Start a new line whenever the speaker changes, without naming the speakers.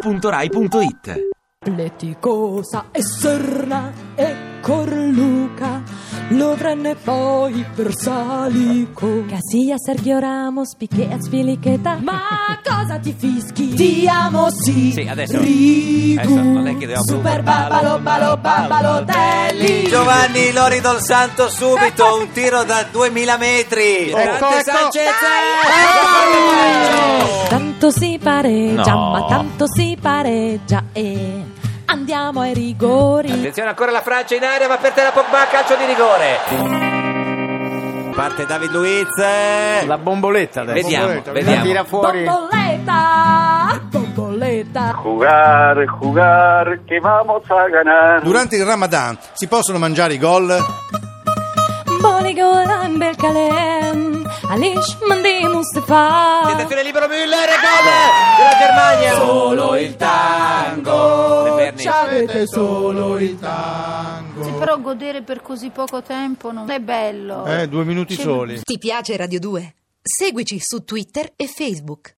radio2pod.rai.it
Leticosa e Serna e Corluca, Lovren e poi Versalico.
Casilla, Sergio Ramos, Piquet, Sfilicheta.
Ma cosa ti fischi? Ti amo sì,
Sì, adesso.
Rigu,
Adesso, non è che dobbiamo-
Super Babalo, Balo, Babalotelli.
Giovanni Lori Dol Santo subito, un tiro da 2000 metri. Grande Sanchez!
Tanto si pareggia,
No.
ma tanto si pareggia e andiamo ai rigori.
Attenzione ancora la Francia in aria, va per terra Pogba, calcio di rigore. Parte David Luiz.
La bomboletta adesso.
Vediamo,
Bomboletta,
vediamo.
La tira fuori.
Bomboletta, bomboletta.
Jugar, jugar, que vamos a ganar.
Durante il Ramadan si possono mangiare i gol?
Boligolan Belkalem, Alish Mandi Mustafa.
Tentazione libero Müller e gol della Germania. Solo il tango.
Avete solo il
Sì, però godere per così poco tempo non è bello.
Eh, due minuti
Sì.
soli.
Ti piace Radio 2? Seguici su Twitter e Facebook.